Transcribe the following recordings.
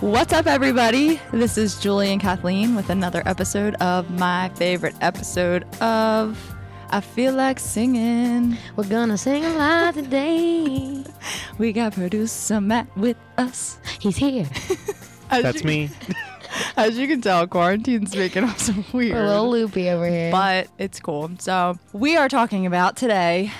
What's up, everybody? This is Julie and Kathleen with another episode of my favorite episode of I Feel Like Singing. We're gonna sing a lot today. We got producer Matt with us. He's here. As That's you, me. As you can tell, quarantine's making us weird. We're a little loopy over here. but it's cool. So, we are talking about today,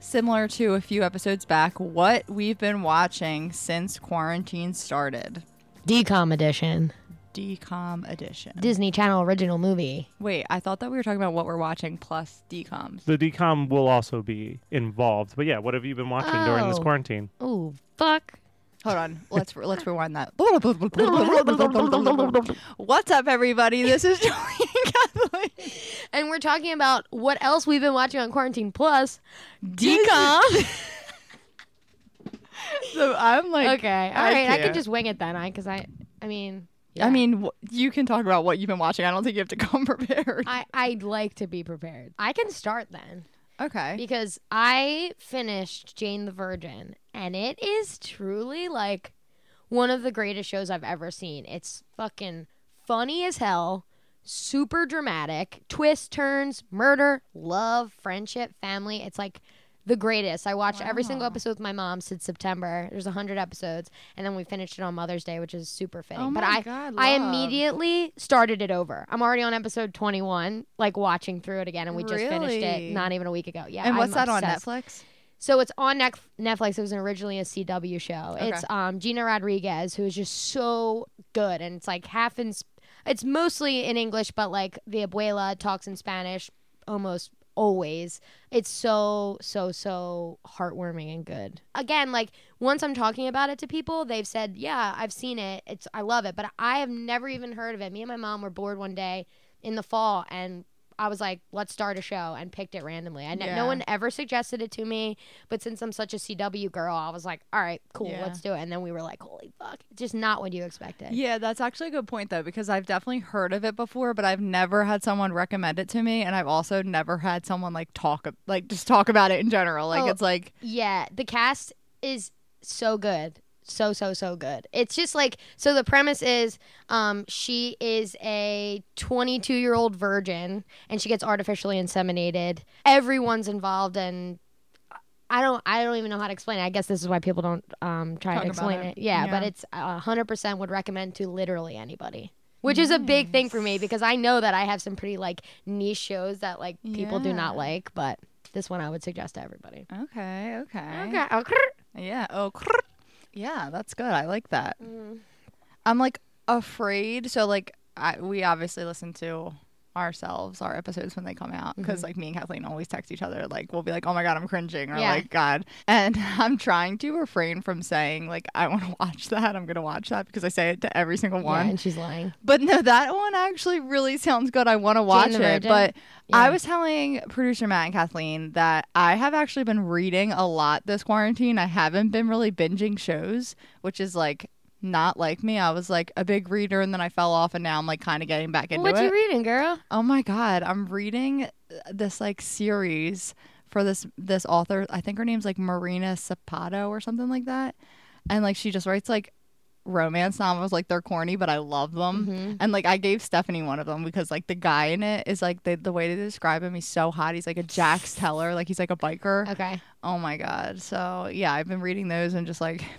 similar to a few episodes back, what we've been watching since quarantine started. Decom edition, Decom edition. Disney Channel original movie. Wait, I thought that we were talking about what we're watching plus decoms. The decom will also be involved. But yeah, what have you been watching during this Oh. quarantine? Ooh, fuck. Hold on, let's let's rewind that. What's up, everybody? This is Julie and Kathleen. And we're talking about what else we've been watching on quarantine plus decom. So I'm like, okay, all right. I, can can't. just wing it then. I because I, I mean, I mean, wh- you can talk about what you've been watching. I don't think you have to come prepared. I I'd like to be prepared. I can start then Okay. because I finished Jane the Virgin, and it is truly like one of the greatest shows I've ever seen. It's fucking funny as hell, super dramatic, twists, turns, murder, love, friendship, family. It's like the greatest. I watched every single episode with my mom since September. There's 100 episodes, and then we finished it on Mother's Day, which is super fitting. Oh but my I God, I love. immediately started it over. I'm already on episode 21, like watching through it again, and we just finished Really? it not even a week ago. Yeah. And what's I'm that on obsessed. Netflix? So it's on Nec- Netflix. It was originally a CW show. Okay. It's um, Gina Rodriguez, who is just so good, and it's like half in. Sp- it's mostly in English, but like the abuela talks in Spanish almost always. It's so so so heartwarming and good. Again, like once I'm talking about it to people, they've said, "Yeah, I've seen it. It's I love it," but I have never even heard of it. Me and my mom were bored one day in the fall, and I was like, "Let's start a show," and picked it randomly. I ne- Yeah. no one ever suggested it to me, but since I'm such a CW girl, I was like, "All right, cool, Yeah. let's do it." And then we were like, "Holy fuck!" Just not what you expected. Yeah, that's actually a good point though, because I've definitely heard of it before, but I've never had someone recommend it to me, and I've also never had someone like talk, like just talk about it in general. Like Oh. it's like Yeah, the cast is so good. So so so good. It's just like so the premise is um she is a 22-year-old virgin and she gets artificially inseminated. Everyone's involved and I don't I don't even know how to explain it. I guess this is why people don't um try Talk to about explain it. it. Yeah, but Yeah. it's uh, 100% would recommend to literally anybody. Which is a big thing for me because I know that I have some pretty like niche shows that like people do not Yeah. like, but this one I would suggest to everybody. okay, okay, Okay. okay. yeah, oh, crrrt. yeah, that's good. I like that. Mm. I'm like afraid, so like I, we obviously listen to ourselves our episodes when they come out because like me and Kathleen always text each other like we'll be like oh my god I'm cringing or Yeah. like god and I'm trying to refrain from saying like I want to watch that I'm gonna watch that because I say it to every single one Yeah, and she's lying. But no, that one actually really sounds good. I want to watch the it. Virgin? But I Yeah. was telling producer Matt and Kathleen that I have actually been reading a lot this quarantine. I haven't been really binging shows, which is like not like me. I was like a big reader and then I fell off and now I'm like kind of getting back into What it. you reading, girl? oh my god, I'm reading uh, this like series for this this author. I think her name's like Marina Sapato or something like that. And like she just writes like romance novels like they're corny but I love Mm-hmm. them. And like I gave Stephanie one of them because like the guy in it is like the the way to describe him he's so hot. He's like a Jax Teller, like he's like a biker. Okay. Oh my god. So yeah, I've been reading those and just like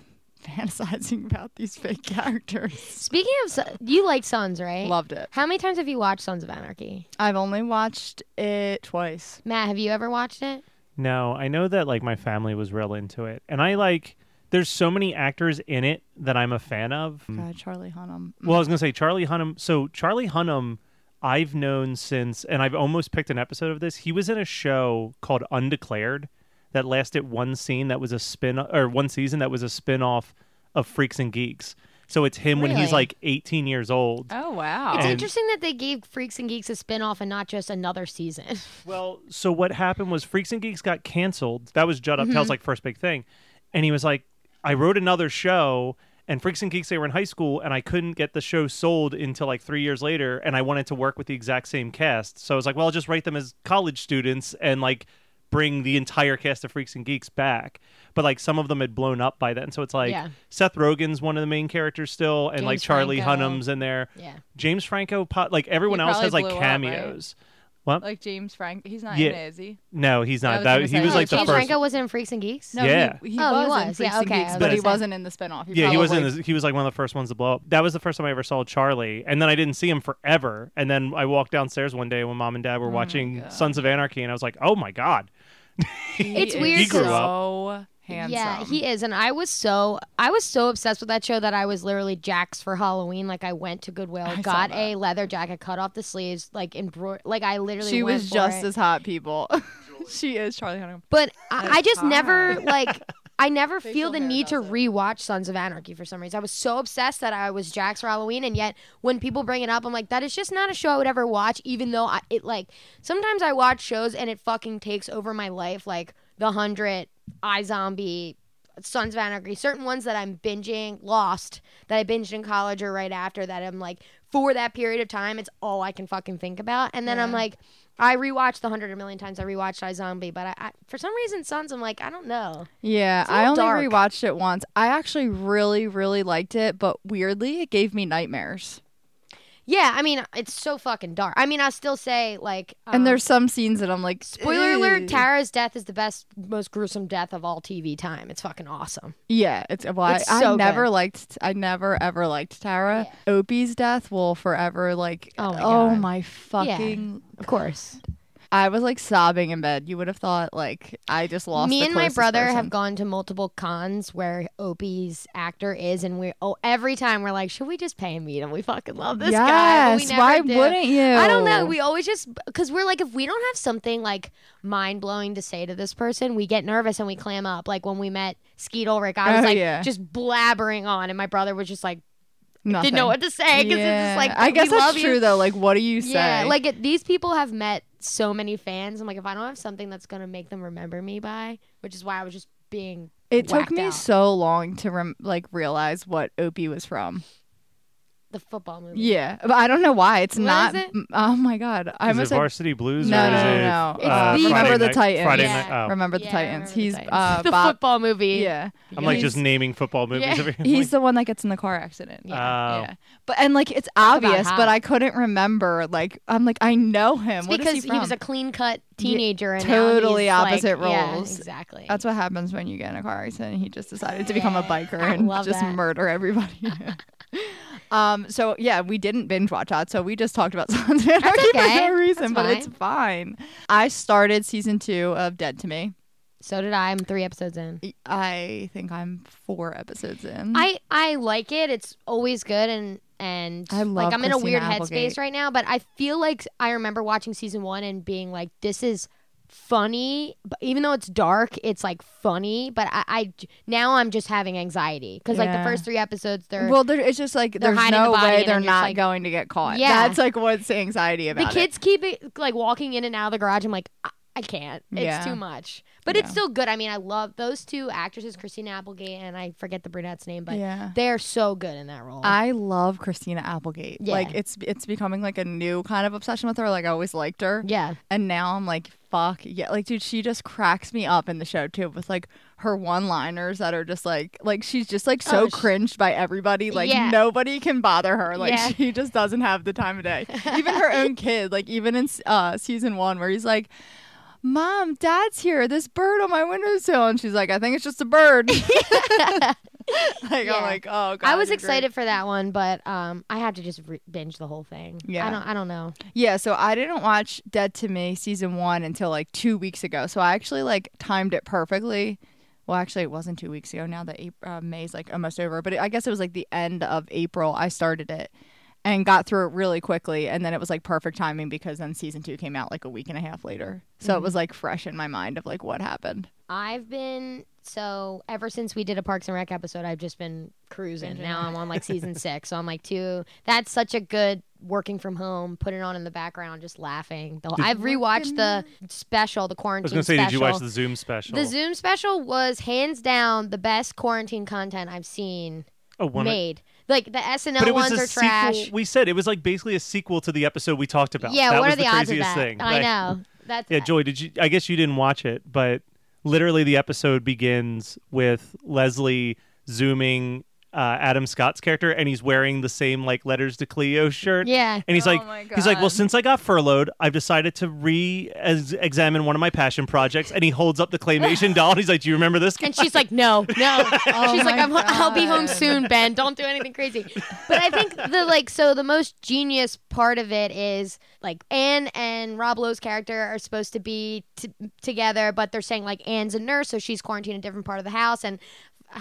fantasizing about these fake characters. Speaking of, Son- you like Sons, right? Loved it. How many times have you watched Sons of Anarchy? I've only watched it twice. Matt, have you ever watched it? No, I know that like my family was real into it. And I like there's so many actors in it that I'm a fan of. Mm. God, Charlie Hunnam. Well, I was gonna say Charlie Hunnam. So Charlie Hunnam, I've known since, and I've almost picked an episode of this. He was in a show called Undeclared that lasted one scene that was a spin or one season that was a spin off of Freaks and Geeks. So it's him when Really? he's like 18 years old. Oh wow! It's And- interesting that they gave Freaks and Geeks a spin-off and not just another season. Well, so what happened was Freaks and Geeks got canceled. That was Judd Mm-hmm. Apatow's like first big thing, and he was like, "I wrote another show." And Freaks and Geeks, they were in high school, and I couldn't get the show sold until like three years later. And I wanted to work with the exact same cast, so I was like, "Well, I'll just write them as college students and like bring the entire cast of Freaks and Geeks back, but like some of them had blown up by then. So it's like Yeah. Seth Rogen's one of the main characters still, and like James Charlie Franco. Hunnam's in there. Yeah. James Franco, po- like everyone else probably has like blew up, right? cameos. What? Like James Frank, he's not Yeah. in it, is he? no, he's I not. was That gonna he say- was Oh, like the James first. Franco was in Freaks and Geeks. No, Yeah. he, he, Oh, he was in was. Freaks Yeah, and okay, Geeks, I was but gonna he say. wasn't in the spinoff. He yeah, he was in. probably- This, he was like one of the first ones to blow up. That was the first time I ever saw Charlie, and then I didn't see him forever. And then I walked downstairs one day when mom and dad were watching God. Sons of Anarchy, and I was like, "Oh my god!" He It's is weird He grew 'cause- so handsome. Yeah, he is, and I was so I was so obsessed with that show that I was literally Jack's for Halloween. Like I went to Goodwill, I saw got that. a leather jacket, cut off the sleeves, like embroidered. Like I literally She went was for just it. as hot, people. she is Charlie Hunnam. But I, I just That's never like I never Facial feel the hair need to does it. rewatch Sons of Anarchy for some reason. I was so obsessed that I was Jax for Halloween, and yet when people bring it up, I'm like, that is just not a show I would ever watch. Even though I, it like sometimes I watch shows and it fucking takes over my life, like The Hundred, I Zombie. Sons of Anarchy, certain ones that I'm binging, Lost, that I binged in college or right after that I'm like, for that period of time, it's all I can fucking think about. And then I'm Yeah. like, I rewatched the hundred a million times. I rewatched I Zombie, but I, I for some reason Sons, I'm like, I don't know. Yeah, It's a I only little dark. rewatched it once. I actually really, really liked it, but weirdly, it gave me nightmares. Yeah, I mean, it's so fucking dark. I mean, I still say like, um, and there's some scenes that I'm like, spoiler "Ew." alert: Tara's death is the best, most gruesome death of all TV time. It's fucking awesome. Yeah, it's well, It's I, I so never good. liked, I never ever liked Tara. Opie's death will forever like, Oh oh my my, God. fucking. Of course, I was like sobbing in bed. You would have thought like I just lost. me the and my closest brother person. have gone to multiple cons where Opie's actor is, and we oh every time we're like, should we just pay him? And we fucking love this guy. but we yes, never why do. wouldn't you? I don't know. We always just because we're like, if we don't have something like mind blowing to say to this person, we get nervous and we clam up. Like when we met Skeet Ulrich, I was Oh, like yeah. just blabbering on, and my brother was just like Nothing. didn't know what to say because it's Yeah. just like I guess we that's love you. true though. Like, what do you say? Yeah, like it, these people have met so many fans. I'm like, if I don't have something that's gonna make them remember me by, which is why I was just being. It took whacked me out. so long to rem- like realize what Opie was from. the football movie. Yeah, but I don't know why. It's What not. is it? m- Oh my god! I is it almost said Varsity Blues? No, or no, is no, it, no. It's uh, the- Friday Remember the night- Titans. Friday Yeah. night. Oh. Remember the Yeah, I Titans. remember the he's Titans. uh, the Bob. football movie. Yeah, I'm like just He's- naming football movies. Yeah. over here. he's the one that gets in the car accident. Yeah. Oh. Yeah, but and like it's about obvious, hot. but I couldn't remember. Like I'm like I know him. It's What is because he he, from? was a clean cut teenager and totally now he's opposite like, yeah, roles. exactly. That's what happens when you get in a car accident. He just decided to become a Yeah. biker I and love just that. murder everybody. um. So yeah, we didn't binge watch that. So we just talked about Sons of Anarchy okay. for no reason, That's but it's fine. I started season two of Dead to Me. so did I. I'm three episodes in. I think I'm four episodes in. I I like it. It's always good and and I love like I'm in a Christina weird Applegate. headspace right now, but I feel like I remember watching season 1 and being like this is funny, but even though it's dark, it's like funny, but I, I j- now I'm just having anxiety cuz like the Yeah. first 3 episodes they're well, there, it's just like there's hiding no the body way and they're I'm just not like- going to get caught. Yeah. that's like what's the anxiety about the kids keep it, like walking in and out of the garage. I'm like, I, I can't. It's Yeah. too much. But it's Yeah. still good. I mean, I love those two actresses, Christina Applegate and I forget the brunette's name, It. but yeah, they're so good in that role. I love Christina Applegate. Yeah. Like it's it's becoming like a new kind of obsession with her. Like I always liked her, yeah, and now I'm like, fuck yeah! Like dude, she just cracks me up in the show too with like her one-liners that are just like like she's just like so Oh, she- cringed by everybody. Like Yeah. nobody can bother her. Like Yeah. she just doesn't have the time of day. Even her own kid. Like even in uh, season one where he's like. Mom, Dad's here. This bird on my windowsill, and she's like, "I think it's just a bird." like Yeah. I'm like, "Oh god." I was you're great." excited for that one, but um, I have to just re- binge the whole thing. Yeah. I don't. I don't know. Yeah, so I didn't watch Dead to Me season one until like two weeks ago. So I actually like timed it perfectly. Well, actually, it wasn't two weeks ago. Now that April, uh, May's like almost over, but it, I guess it was like the end of April. I started it and got through it really quickly, and then it was like perfect timing because then season two came out like a week and a half later. So it was like fresh in my mind of like what happened. I've been so ever since we did a Parks and Rec episode, I've just been cruising. Binging. Now I'm on like season six, so I'm like two. That's such a good working from home. Put it on in the background, just laughing. The- I've rewatched the special, the I quarantine. was gonna say, special. did you watch the Zoom special? The Zoom special was hands down the best quarantine content I've seen oh, one of- made. Like the SNL but it was ones a are sequel. trash. We said it was like basically a sequel to the episode we talked about. Yeah, that what was are the, the odds of that? craziest thing. I Like, know. That's Yeah, Joy, did you? I guess you didn't watch it, but literally the episode begins with Leslie zooming uh, Adam Scott's character, and he's wearing the same like letters to Cleo shirt. Yeah. and he's Oh my like, he's like, well, God. since I got furloughed, I've decided to re-examine one of my passion projects, and he holds up the claymation doll, and he's like, do you remember this? And she's like, no, no. Oh she's like, my I'm, I'll be home God. soon, Ben. Don't do anything crazy. But I think the like, so the most genius part of it is like Anne and Rob Lowe's character are supposed to be t- together, but they're saying like Anne's a nurse, so she's quarantined in a different part of the house, and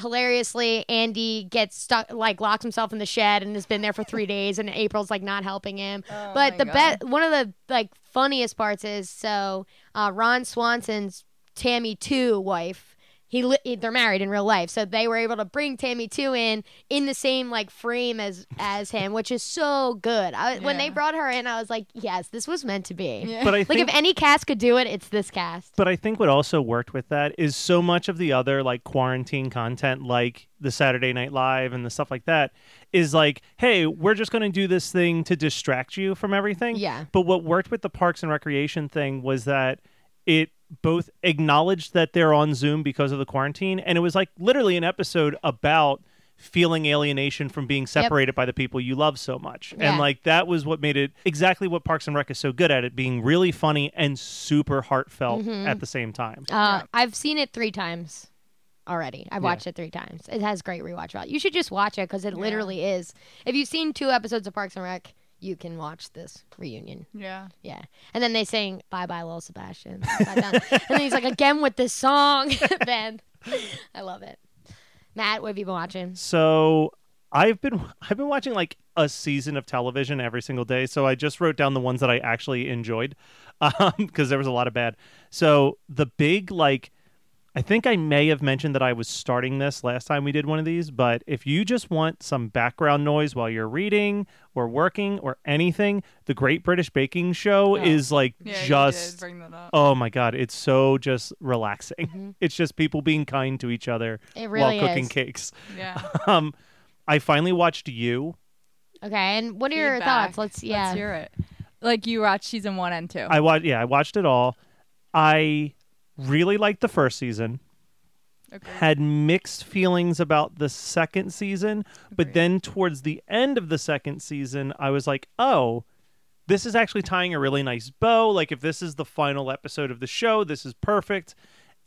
hilariously andy gets stuck like locks himself in the shed and has been there for three days and april's like not helping him Oh but my the God. be- one of the like funniest parts is so uh, ron swanson's tammy 2 wife he li- they're married in real life so they were able to bring tammy 2 in in the same like frame as as him which is so good I, when they Yeah. brought her in i was like yes this was meant to be Yeah. But I like think if any cast could do it it's this cast But I think what also worked with that is so much of the other like quarantine content, like the Saturday Night Live and the stuff like that, is like, hey, we're just going to do this thing to distract you from everything. Yeah. But what worked with the Parks and Recreation thing was that it both acknowledged that they're on Zoom because of the quarantine, and it was like literally an episode about feeling alienation from being separated by the people you love so much. Yeah. And like that was what made it exactly what Parks and Rec is so good at it being really funny and super heartfelt at the same time. Uh, I've seen it three times already. I've Yeah. watched it three times. It has great rewatch value. You should just watch it because it literally is. If you've seen two episodes of Parks and Rec, you can watch this reunion. Yeah. Yeah. And then they sing Bye Bye Lil Sebastian. Bye, Don." and then he's like, again with this song, Ben. I love it. Matt, what have you been watching? So I've been I've been watching like a season of television every single day. So I just wrote down the ones that I actually enjoyed because there was a lot of bad. So the big like I think I may have mentioned that I was starting this last time we did one of these, but if you just want some background noise while you're reading or working or anything, the Great British Baking Show Oh. is like Yeah. you just did bring that up. oh my god, it's so just relaxing. It's just people being kind to each other Mm-hmm. It really while cooking is. cakes Yeah. um I finally watched you. Okay. And what are your Feedback. thoughts? Let's, yeah. Let's hear it. Like you watched season one and two. I watched yeah, I watched it all. I really liked the first season. okay. Had mixed feelings about the second season, but Agreed. then towards the end of the second season, I was like, "Oh, this is actually tying a really nice bow. Like if this is the final episode of the show, this is perfect."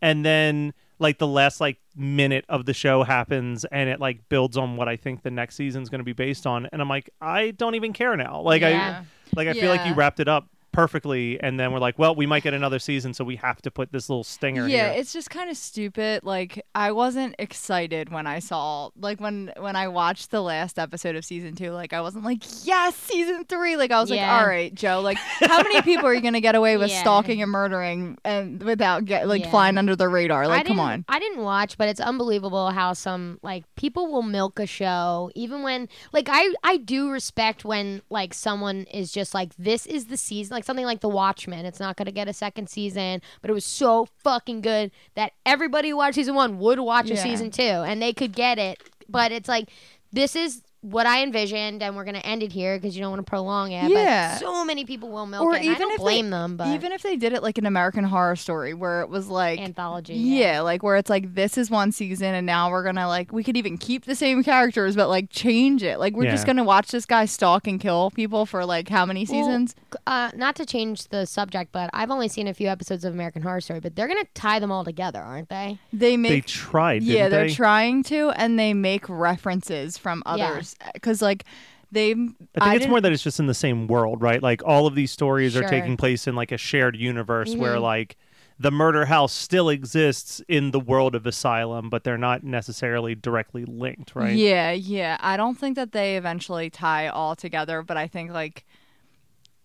And then like the last like minute of the show happens and it like builds on what I think the next season's going to be based on, and I'm like, "I don't even care now." Like I Yeah. Like I feel like you Yeah. wrapped it up perfectly, and then we're like, well, we might get another season, so we have to put this little stinger. yeah here. it's just kind of stupid like i wasn't excited when i saw like when when i watched the last episode of season two like i wasn't like yes season three like i was Yeah. like all right joe like how many people are you gonna get away with Yeah. stalking and murdering and without get like Yeah. flying under the radar I like come didn't- on I didn't watch, but it's unbelievable how some like people will milk a show even when like I I do respect when like someone is just like this is the season like something like The Watchmen. It's not going to get a second season, but it was so fucking good that everybody who watched season 1 would watch a Yeah. season 2 and they could get it. But it's like this is what I envisioned, and we're gonna end it here because you don't want to prolong it. Yeah. But so many people will milk Or it. and I even don't if they- blame them, but even if they did it like an american horror story where it was like anthology. yeah. like where it's like this is one season and now we're gonna like we could even keep the same characters but like change it like we're Yeah. just gonna watch this guy stalk and kill people for like how many Well, seasons uh, not to change the subject, but I've only seen a few episodes of American Horror Story, but they're gonna tie them all together, aren't they? they they make tried. Didn't yeah they're they? trying to and they make references from Yeah. others because like they I think it's more that it's just in the same world, right? Like all of these stories are Sure. taking place in like a shared universe Mm-hmm. where like the murder house still exists in the world of Asylum, but they're not necessarily directly linked, right? yeah yeah i don't think that they eventually tie all together but i think like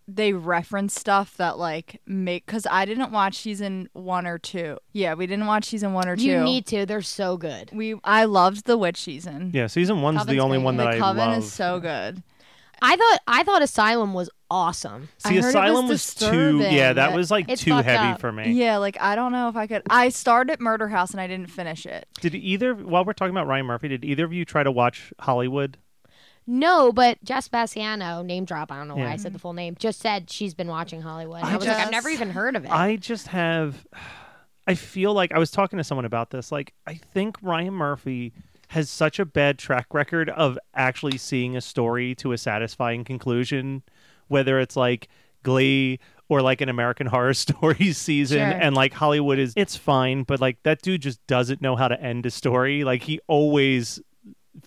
they reference stuff that like make because i didn't watch season one or two yeah we didn't watch season one or two You need to. They're so good. we i loved the witch season Yeah, season one's the Coven's only great. one that the I coven love. is so good I thought I thought Asylum was awesome. See, I heard it was Asylum too. disturbing. Yeah, that was like It's too fucked heavy up. for me. yeah like i don't know if i could i started murder house and i didn't finish it Did either while we're talking about Ryan Murphy, did either of you try to watch Hollywood? No, but Jess Bassiano, name drop, I don't know why Yeah. I said the full name, just said she's been watching Hollywood. And I I, was like, just- I've never even heard of it. I just have I feel like I was talking to someone about this. Like I think Ryan Murphy has such a bad track record of actually seeing a story to a satisfying conclusion, whether it's like Glee or like an American horror story season Sure. and like Hollywood is it's fine, but like that dude just doesn't know how to end a story. Like he always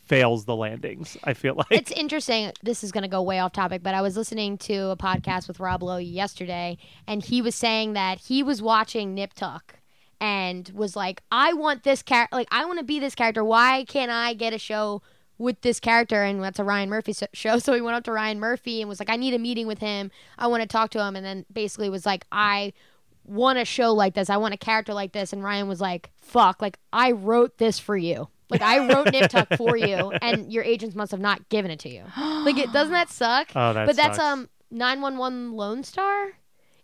fails the landings, I feel like. it's interesting. This is going to go way off topic, but I was listening to a podcast with Rob Lowe yesterday, and he was saying that he was watching Nip Tuck and was like, I want this character. Like, I want to be this character. Why can't I get a show with this character? And that's a Ryan Murphy so- show. So he went up to Ryan Murphy and was like, I need a meeting with him. I want to talk to him. And then basically was like, I want a show like this. I want a character like this. And Ryan was like, fuck, like, I wrote this for you. Like, I wrote Nip Tuck for you, and your agents must have not given it to you. Like, it, doesn't that suck? Oh, that but that's sucks. um 911 Lone Star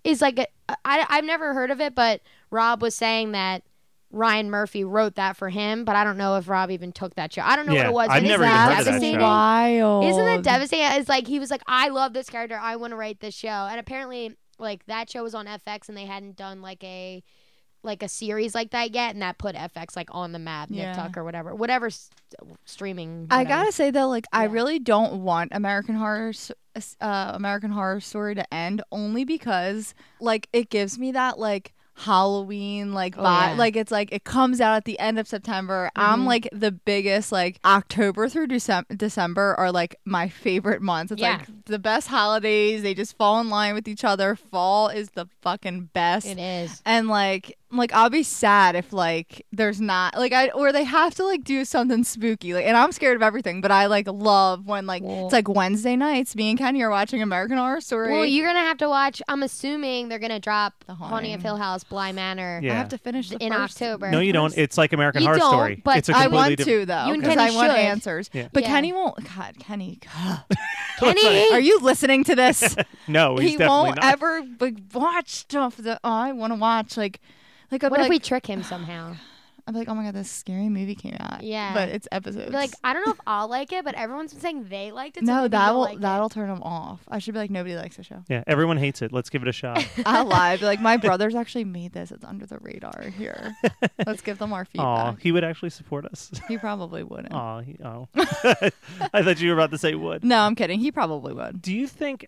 is like, a, I, I've never heard of it, but Rob was saying that Ryan Murphy wrote that for him, but I don't know if Rob even took that show. I don't know Yeah, what it was. I've but never isn't even that heard of that devastating? show. Wild. Isn't that devastating? It's like he was like, I love this character. I want to write this show. And apparently, like that show was on FX, and they hadn't done like a like a series like that yet, and that put FX like on the map, Yeah. Nip Tuck or whatever, whatever s- streaming. I whatever. gotta say though, like I Mm-hmm. Yeah. really don't want American Horror S- uh, American Horror Story to end, only because like it gives me that like Halloween like Oh, vibe. yeah. Like it's like it comes out at the end of September. I'm Mhm. like the biggest like October through Decem- December are like my favorite months. It's Yeah. like the best holidays. They just fall in line with each other. Fall is the fucking best It is. and like like I'll be sad if like there's not like I or they have to like do something spooky like and I'm scared of everything but I like love when like Well- it's like Wednesday nights me and Kenny are watching American Horror Story. Well, you're gonna have to watch. I'm assuming they're gonna drop The the Haunting. Haunting, of Hill House, Bly Manor. I yeah. have to finish the In first- October. no, you don't. It's like American You Horror don't, Story. but it's a I completely want different- to though You and because I Kenny want should. answers. Yeah. But Yeah. Kenny won't. God, Kenny, God. Kenny! are you listening to this? No, he's he definitely won't not. ever like, watch stuff that oh, I want to watch. Like, like I'm What like, if we trick him somehow? I'm like, oh my god, this scary movie came out. Yeah. but it's episodes. Be like, I don't know if I'll like it, but everyone's been saying they liked it. so no, maybe that you'll will like it. that'll turn him off. I should be like, nobody likes the show. Yeah, everyone hates it. Let's give it a shot. I lied. Be Like my brothers actually made this. It's under the radar here. Let's give them our Aw, feedback. he would actually support us. He probably wouldn't. Aw, he, oh. I thought you were about to say would. No, I'm kidding. He probably would. Do you think,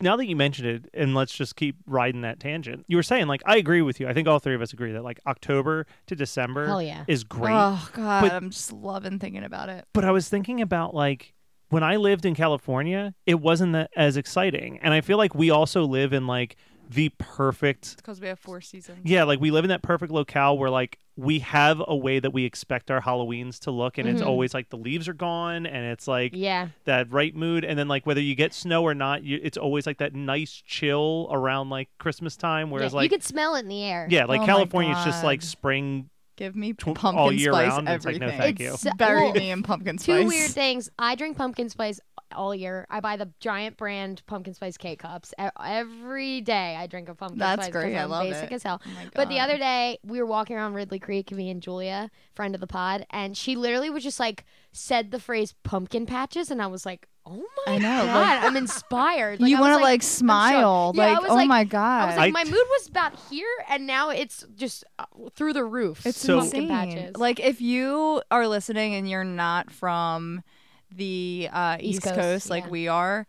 now that you mentioned it, and let's just keep riding that tangent, you were saying, like, I agree with you. I think all three of us agree that, like, October to December Hell yeah. is great. Oh God, But- I'm just loving thinking about it. but I was thinking about, like, when I lived in California, it wasn't that as exciting. And I feel like we also live in, like, the perfect It's because we have four seasons. Yeah, like we live in that perfect locale where like we have a way that we expect our Halloweens to look and it's Mhm. always like the leaves are gone and it's like Yeah. that right mood and then like whether you get snow or not, you, it's always like that nice chill around like Christmas time whereas yeah. like you could smell it in the air. yeah, like Oh my California it's just like God. spring Give me Tw- all pumpkin year spice round, it's like, everything. no, thank you. It's- Bury well, me in pumpkin Two spice. weird things. I drink pumpkin spice all year. I buy the giant brand pumpkin spice K cups E- every day. I drink a pumpkin That's spice 'cause great. I I'm love basic it. as hell. Oh my But the God. other day, we were walking around Ridley Creek, me and Julia, friend of the pod, and she literally was just like said the phrase pumpkin patches, and I was like, oh my I know, god, like- I'm inspired. Like, you I was want to like, like smile, Yeah, I like was oh like- my I god. was like, I- my mood was about here, and now it's just uh, through the roof. It's So- insane. pumpkin patches. Like if you are listening and you're not from the uh, East, East Coast, Coast, like yeah. we are,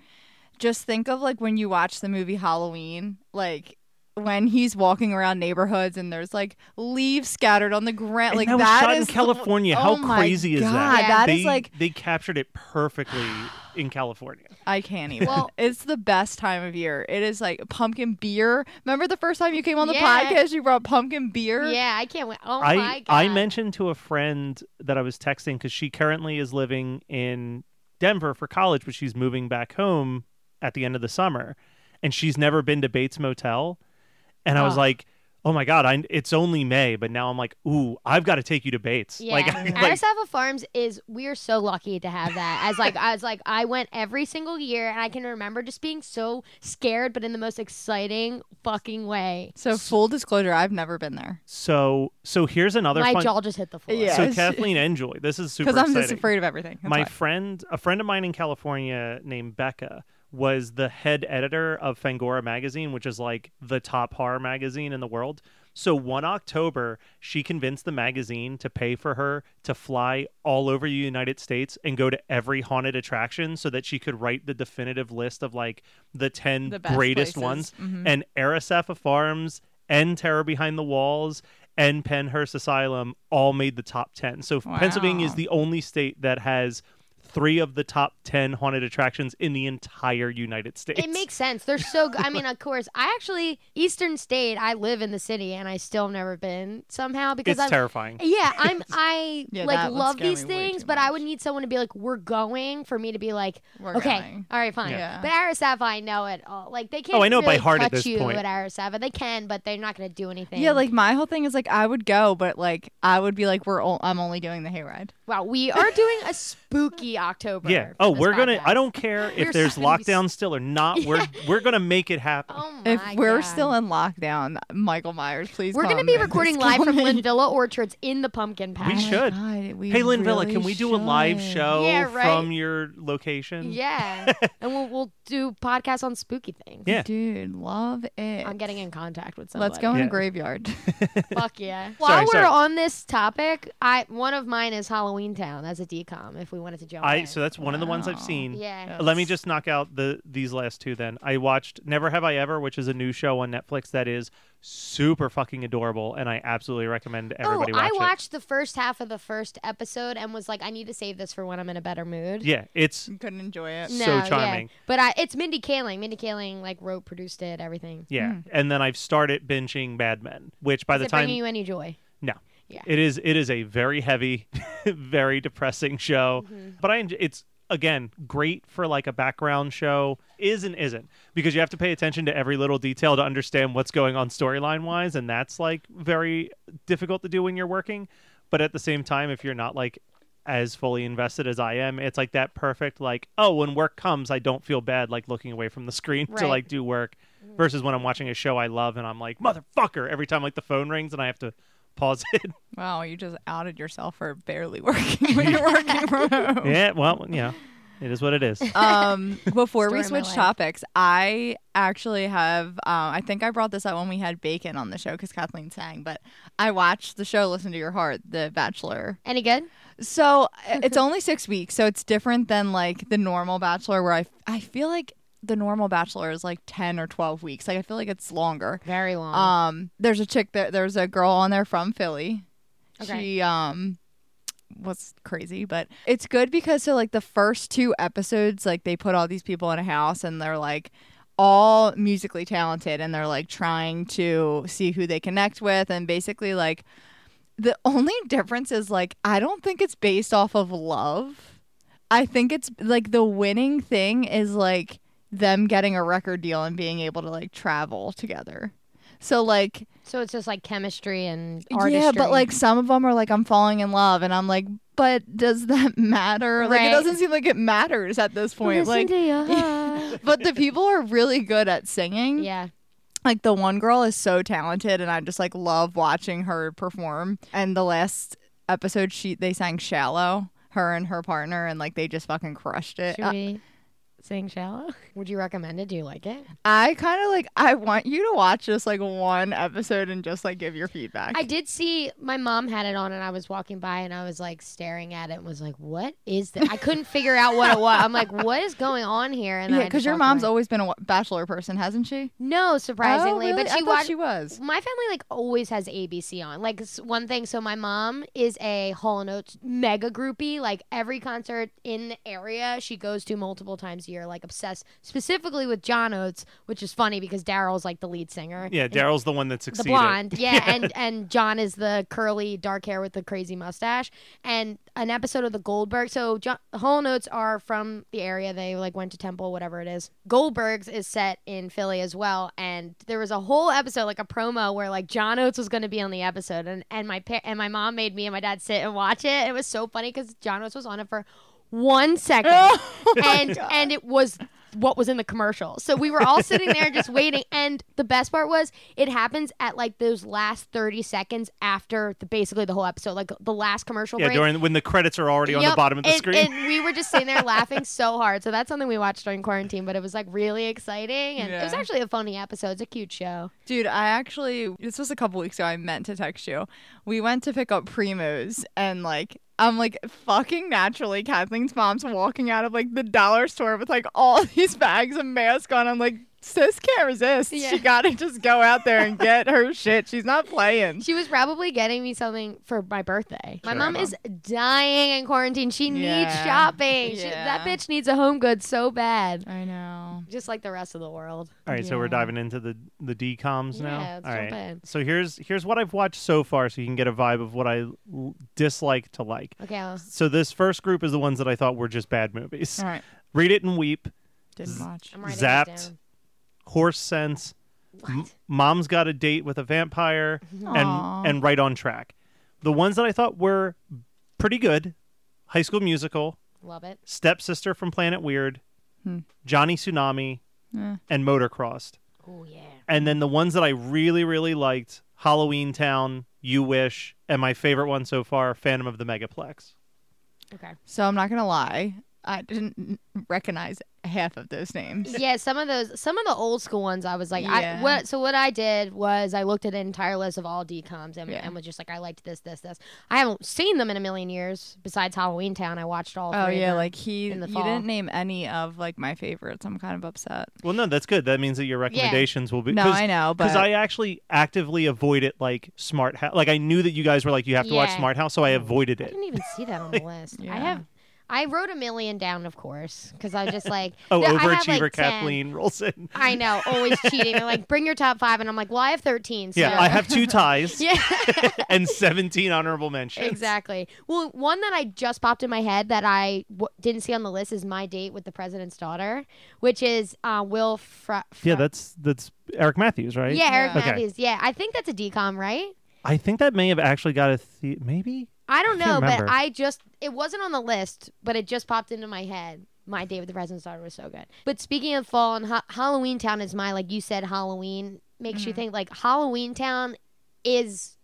just think of like when you watch the movie Halloween, like when he's walking around neighborhoods and there's like leaves scattered on the ground. and Like that that, was shot is in California. The, How oh my crazy is God, that? Yeah. That they, is like they captured it perfectly in California. I can't even. Well- it's the best time of year. It is like pumpkin beer. Remember the first time you came on the Yeah. podcast, you brought pumpkin beer. yeah, I can't wait. Oh my I god, I mentioned to a friend that I was texting because she currently is living in Denver for college, but she's moving back home at the end of the summer, and she's never been to Bates Motel, and I was Oh. like, oh my god, I it's only May, but now I'm like, ooh, I've got to take you to Bates. Yeah, Like, our like Savile Farms is we are so lucky to have that. As like as like I went every single year, and I can remember just being so scared, but in the most exciting fucking way. So full disclosure, I've never been there so so here's another My fun. jaw just hit the floor. Yeah. So Yes. Kathleen Enjoy, this is super because I'm exciting. just afraid of everything. That's my why. friend a friend of mine in california named becca was the head editor of fangora magazine which is like the top horror magazine in the world so one october she convinced the magazine to pay for her to fly all over the united states and go to every haunted attraction so that she could write the definitive list of like the 10 The best greatest places. ones Mm-hmm. Mhm. and Arasafa Farms and Terror Behind the Walls and Penhurst Asylum all made the top 10. So Wow. Pennsylvania is the only state that has three of the top 10 haunted attractions in the entire United States. It makes sense. They're so good. I mean, of course, I actually Eastern State. I live in the city, and I still have never been somehow because it's I. terrifying. Yeah, I'm. I Yeah, that like would love scare these me way things, too but I much. would need someone to be like, "We're going," for me to be like, We're "Okay, going. all right, fine." Yeah. But RSF, I know it all. Like they can't. Oh, I know it by really heart at touch this you point. At RSF, they can, but they're not going to do anything. Yeah, like my whole thing is like I would go, but like I would be like we're all, I'm only doing the hayride. wow, we are doing a spooky October. Yeah. for Oh, this we're going to podcast. I don't care We're if there's gonna be s- lockdown still or not. We're we're going to make it happen. Oh my If we're God. still in lockdown, Michael Myers, please. Oh we're going to be recording live from Lynn Villa Orchards in the pumpkin patch. We should. hey Lynn Villa, can we do a live show Yeah, right. from your location? Yeah, and we'll we'll do podcasts on spooky things. Yeah. Dude, love it. I'm getting in contact with somebody. Let's go in Yeah. a graveyard. Fuck yeah. While Sorry, we're sorry. on this topic, I one of mine is Halloween Town. That's a decom if we wanted to jump I in. so that's one of the ones I've Wow. seen. yeah. Let me just knock out the these last two then. I watched Never Have I Ever, which is a new show on Netflix that is super fucking adorable and I absolutely recommend everybody oh, watch I it. watched the first half of the first episode and was like, I need to save this for when I'm in a better mood. Yeah, it's Couldn't enjoy it. so No, yeah. charming. But I, it's Mindy Kaling. Mindy Kaling like wrote, produced it, everything. yeah. And then I've started binging Mad Men, which by Hmm. Is the it time bringing you any joy? No. Yeah. It is it is a very heavy, very depressing show. Mm-hmm. But I enj- it's again great for like a background show is and isn't because you have to pay attention to every little detail to understand what's going on storyline wise and that's like very difficult to do when you're working but at the same time if you're not like as fully invested as i am it's like that perfect like oh when work comes i don't feel bad like looking away from the screen to Right. Mm-hmm. like do work versus when i'm watching a show i love and i'm like motherfucker every time like the phone rings and i have to pause it Wow, you just outed yourself for barely working when you're working from Oh. home. yeah well yeah it is what it is um before Story we of my switch life. topics i actually have um, i think i brought this up when we had bacon on the show because kathleen sang but i watched the show listen to your heart the bachelor Any good? so uh, it's only six weeks so it's different than like the normal bachelor where i, f- I feel like the normal bachelor is like 10 or 12 weeks like i feel like it's longer Very long. um there's a chick that there's a girl on there from philly Okay. she um was crazy but it's good because so like the first two episodes like they put all these people in a house and they're like all musically talented and they're like trying to see who they connect with and basically like the only difference is like i don't think it's based off of love i think it's like the winning thing is like them getting a record deal and being able to like travel together so like so it's just like chemistry and artistry. yeah, but like some of them are like, I'm falling in love, and I'm like, but does that matter? Like, Right. it doesn't seem like it matters at this point. Listen Like, to your heart. but the people are really good at singing. yeah. Like the one girl is so talented, and I just like love watching her perform. And the last episode, she they sang "Shallow," her and her partner, and like they just fucking crushed it. Should we sing shallow? Uh, Would you recommend it? Do you like it? I kind of like. I want you to watch just like one episode and just like give your feedback. I did see my mom had it on, and I was walking by, and I was like staring at it, and was like, "What is that?" I couldn't figure out what it was. I'm like, "What is going on here?" And yeah, because because your mom's always been a wa- bachelor person, hasn't she? no, surprisingly, Oh, really? but I she thought watched. she was. my family like always has ABC on. Like s- one thing, so my mom is a Hall and Oates mega groupie. Like every concert in the area, she goes to multiple times a year, like obsessed specifically with John Oates, which is funny because Daryl's like the lead singer. Yeah, And- Daryl's the one that the succeeded. blonde yeah, and and john is the curly dark hair with the crazy mustache and an episode of the goldberg so john whole notes are from the area they like went to temple whatever it is goldberg's is set in philly as well and there was a whole episode like a promo where like john oates was going to be on the episode and and my par- and my mom made me and my dad sit and watch it it was so funny because john oates was on it for one second Oh and and it was what was in the commercial. So we were all sitting there just waiting and the best part was it happens at like those last 30 seconds after the basically the whole episode like the last commercial Yeah, break. during when the credits are already on the Yep, bottom of the and, screen. and we were just sitting there laughing so hard. So that's something we watched during quarantine, but it was like really exciting and it was Yeah. actually a funny episode. It's a cute show. Dude, I actually this was a couple weeks ago. I meant to text you. We went to pick up primos, and like I'm like fucking naturally, Kathleen's mom's walking out of like the dollar store with like all these bags of mask on. I'm like, sis can't resist. Yeah. She gotta just go out there and get her shit. She's not playing. She was probably getting me something for my birthday. My Sure. mom is dying in quarantine. She needs Yeah. shopping. She, Yeah. that bitch needs a home good so bad. I know. Just like the rest of the world. All right, so we're Yeah. diving into the the DComs now. Yeah, let's All jump right. in. So here's here's what I've watched so far, so you can get a vibe of what I l- dislike to like. Okay. I'll- So this first group is the ones that I thought were just bad movies. Uh. All right, Read it and weep. didn't watch. I'm writing Zapped. Horse sense. It down. What? Mom's got a date with a vampire, Aw. and and right on track. The ones that I thought were pretty good: High School Musical, Love it. Stepsister from Planet Weird, Hmm. Johnny Tsunami, Eh. and Motorcrossed. Oh yeah. And then the ones that I really, really liked Halloween Town, You Wish, and my favorite one so far, Phantom of the Megaplex. Okay. So I'm not gonna lie. I didn't recognize half of those names. Yeah, some of those, some of the old school ones, I was like, I, Yeah. what? So what I did was I looked at an entire list of all DComs and, Yeah. and was just like, I liked this, this, this. I haven't seen them in a million years. Besides Halloween Town, I watched all. Oh three of yeah, them. like he. in the you fall. didn't name any of like my favorites. I'm kind of upset. Well, no, that's good. That means that your recommendations will be. No, I know, but Because I actually actively avoided like Smart House. Like I knew that you guys were like you have to watch Yeah. Smart House, so I avoided I it. didn't even see that on the list. I Yeah. have. I wrote a million down, of course, because I just like. Oh, no, I have, overachiever like, 10. Kathleen rolls in. I know, always cheating. They're like, bring your top five, and I'm like, well, I have 13. So. Yeah, I have two ties Yeah. and 17 honorable mentions. Exactly. Well, one that I just popped in my head that I w- didn't see on the list is my date with the president's daughter, which is uh, Will. Fra- Fra- Yeah, that's that's Eric Matthews, right? yeah, Eric Yeah. Okay. Matthews. Yeah, I think that's a decom, right? I think that may have actually got a the- maybe. I don't know, I can't but remember. I just it wasn't on the list, but it just popped into my head. My date with the president's daughter was so good. But speaking of fall and ha- Halloween Town is my like you said Halloween makes you think like Halloween Town is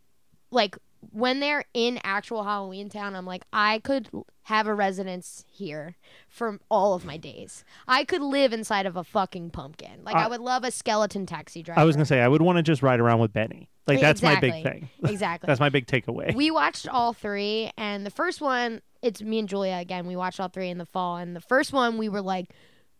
like when they're in actual Halloween Town, I'm like I could l- have a residence here for all of my days. I could live inside of a fucking pumpkin. Like I, I- would love a skeleton taxi driver. Uh, I was gonna say I would want to just ride around with Benny. Like that's my big Exactly. thing. exactly. That's my big takeaway. we watched all three and the first one it's me and julia again we watched all three in the fall and the first one we were like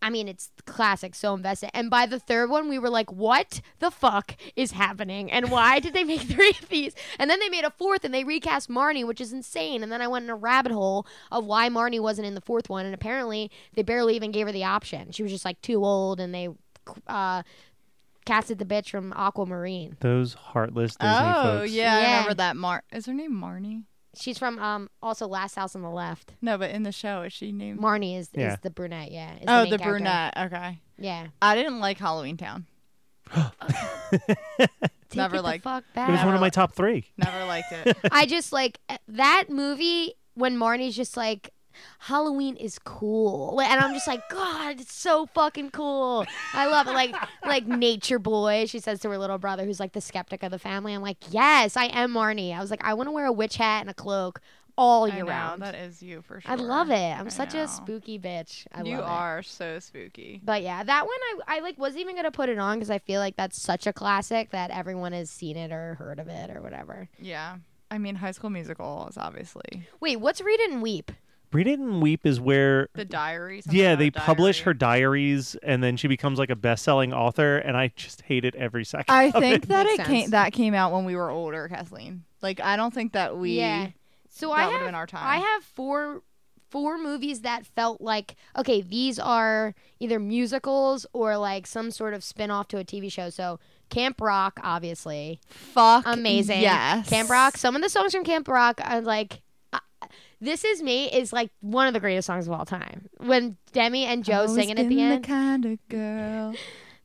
i mean it's classic so invested and by the third one we were like what the fuck is happening and why did they make three of these and then they made a fourth and they recast marnie which is insane and then i went in a rabbit hole of why marnie wasn't in the fourth one and apparently they barely even gave her the option she was just like too old and they uh casted the bitch from aquamarine Those heartless Disney Oh folks. yeah, Yeah. I remember that. Mar is her name Marnie? she's from um also last house on the left No, but in the show is she named? Marnie is, Yeah. is the brunette, yeah. is oh, main the character. brunette. Okay, Yeah. I didn't like Halloween Town. Take Never it the liked- fuck It was back. one of my top three. Never liked it. I just like eh, that movie when Marnie's just like Halloween is cool. Like, And I'm just like, God, it's so fucking cool. I love it. Like like nature boy, she says to her little brother who's like the skeptic of the family. I'm like, Yes, I am Marnie. I was like, I want to wear a witch hat and a cloak all I year know, round. That is you for sure. I love it. I'm I such know. a spooky bitch. I you love it. are so spooky. But yeah, that one I, I like wasn't even gonna put it on because I feel like that's such a classic that everyone has seen it or heard of it or whatever. Yeah, I mean, High School Musical is obviously Wait, what's Read It and Weep? Read It and Weep is where the diaries. Yeah, they publish her diaries and then she becomes like a best selling author and I just hate it every second. I of think it. that Makes it came sense. that came out when we were older, Kathleen. Like I don't think that we yeah. So that I would have have been our time. I have four four movies that felt like okay, these are either musicals or like some sort of spin off to a TV show. So Camp Rock, obviously, Fuck. amazing. Yes. Camp Rock. Some of the songs from Camp Rock are like. uh, This is me is like one of the greatest songs of all time. When Demi and Joe Always sing it at been the end, kind of girl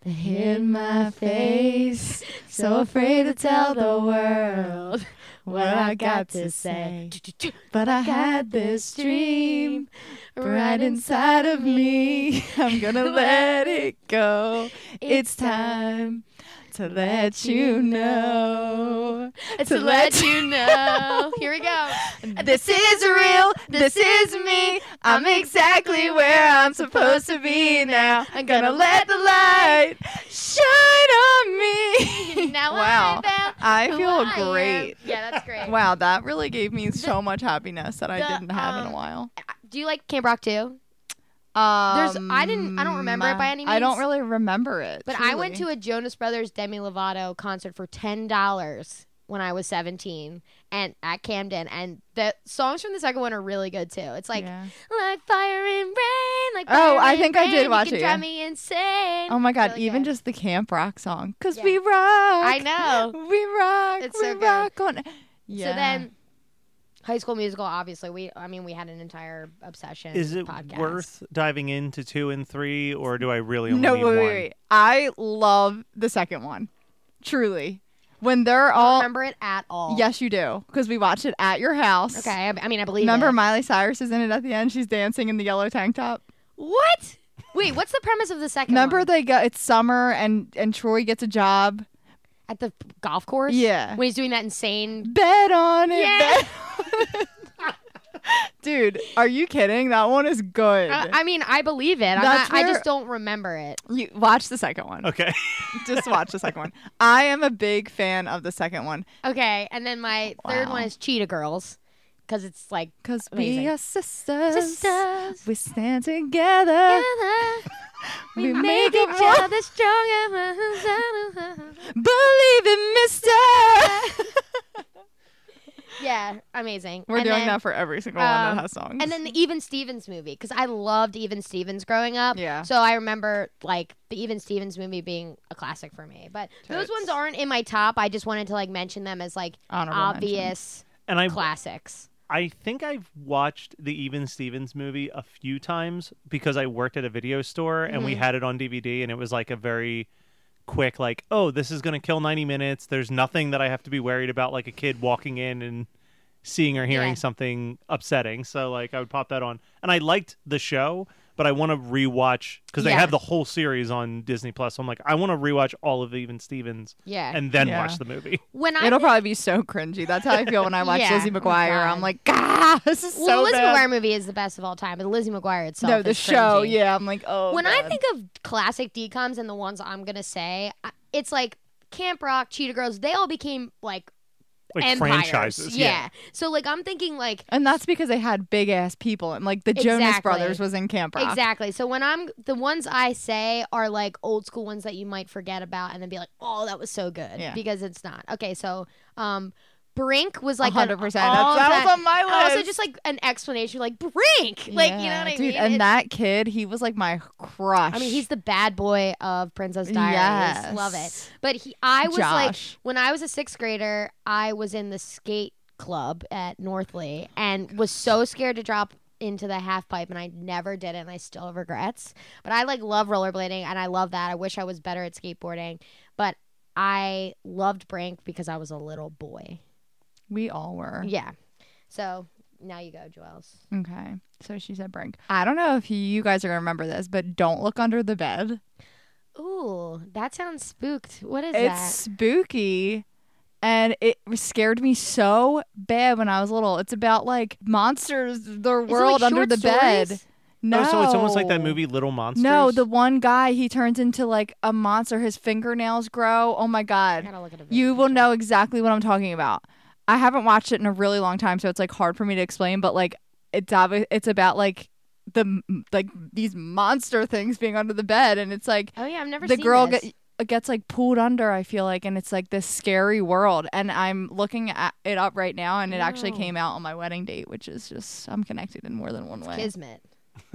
that hid my face, so afraid to tell the world what I got to say. But I had this dream right inside of me. I'm gonna let it go. It's time to let you know. to let you know. Here we go. This is real. This is me. I'm exactly where I'm supposed to be now. I'm gonna let the light shine on me. Now wow. I'm about I who feel I am. great. Yeah, that's great. Wow, that really gave me so much happiness that I the, didn't have in um, a while. Do you like Camp Rock too? Um, I didn't- I don't remember it by any I don't means. really remember it. But I went to a Jonas Brothers Demi Lovato concert for ten dollars when I was seventeen, and at Camden, and the songs from the second one are really good too. It's like like fire and rain, like Oh, fire I and think I did rain, you watch can it, Drive yeah. me insane. Oh my god, Really even good. just the Camp Rock song. Because Yeah. we rock. I know. We rock. It's we so good. rock on. Yeah. So then, High School Musical. Obviously, we. I mean, we had an entire obsession. Is it podcast. worth diving into two and three, or do I really only no, need wait, wait, one? wait. I love the second one. Truly. When they're I don't all. remember it at all. Yes, you do. Because we watched it at your house. Okay. I, I mean, I believe. Remember it. Miley Cyrus is in it at the end? She's dancing in the yellow tank top. what? Wait, what's the premise of the second? Remember one? they go it's summer and and Troy gets a job. at the golf course? Yeah. When he's doing that insane. Bet on it. Yeah. Bet on it. Dude, are you kidding? That one is good. Uh, I, I mean, I believe it. I'm That's not, I where- just don't remember it. you watch the second one. Okay. Just watch the second one. I am a big fan of the second one Okay, and then my third Wow. one is Cheetah Girls, because it's like because we Amazing. are sisters. sisters. We stand together. together, We, We make make it each one. other stronger. Believe it, Mister. yeah, amazing. We're And doing then- that for every single one um, that has songs. And then the Even Stevens movie, because I loved Even Stevens growing up. Yeah. So I remember like the Even Stevens movie being a classic for me. But those Totes. ones aren't in my top. I just wanted to like mention them as like Honorable obvious And I classics. I think I've watched the Even Stevens movie a few times because I worked at a video store and we had it on DVD and it was like a very quick like oh this is going to kill 90 minutes there's nothing that I have to be worried about like a kid walking in and seeing or hearing Yeah. something upsetting so like I would pop that on and I liked the show but I want to rewatch cuz they Yeah. have the whole series on Disney Plus so I'm like I want to rewatch all of Even Stevens Yeah. and then Yeah. watch the movie when I It'll probably be so cringy. That's how I feel when I watch Yeah. Lizzie Oh, McGuire. God. I'm like, ah, this is well, so Lizzie bad. McGuire movie is the best of all time, but Lizzie McGuire itself. no, the is show. cringy. Yeah, I'm like, oh. when I God. think of classic DComs and the ones I'm gonna say, I- it's like Camp Rock, Cheetah Girls. They all became like, like empires. franchises yeah. So like I'm thinking like And that's because they had big ass people, and like the Jonas Exactly. Brothers was in Camp Rock. Exactly. So when I'm the ones I say are like old school ones that you might forget about and then be like, "Oh, that was so good," Yeah. because it's not. Okay, so um, Brink was like an- 100. percent all That that that- was on my and list. Also, just like an explanation, like Brink, like you know what I Dude, mean. and It's- that kid, he was like my crush. I mean, he's the bad boy of Princess Diaries. Yes. Love it. But he, I was Josh. like, when I was a sixth grader, I was in the skate club at Northley and was so scared to drop into the half pipe and I never did it and I still have regrets. But I like love rollerblading and I love that. I wish I was better at skateboarding, but I loved Brink because I was a little boy. we all were. Yeah. So now you go, Joels. Okay. So she said Brink. I don't know if you guys are gonna remember this, but don't look under the bed. Ooh, that sounds spooked. What is it's that? spooky and it scared me so bad when I was little. It's about like monsters, their Is it, like, world under short the bed. stories? No, Oh, so it's almost like that movie Little Monsters. No, the one guy he turns into like a monster. His fingernails grow. Oh my I god, gotta look at a video. you will know exactly what I'm talking about. I haven't watched it in a really long time, so it's like hard for me to explain. But like, it's obvi- it's about like the like these monster things being under the bed, and it's like Oh yeah, I've never the seen girl this. get it gets like pulled under i feel like and it's like this scary world and i'm looking at it up right now and it actually Ew. came out on my wedding date which is just i'm connected in more than one way Kismet.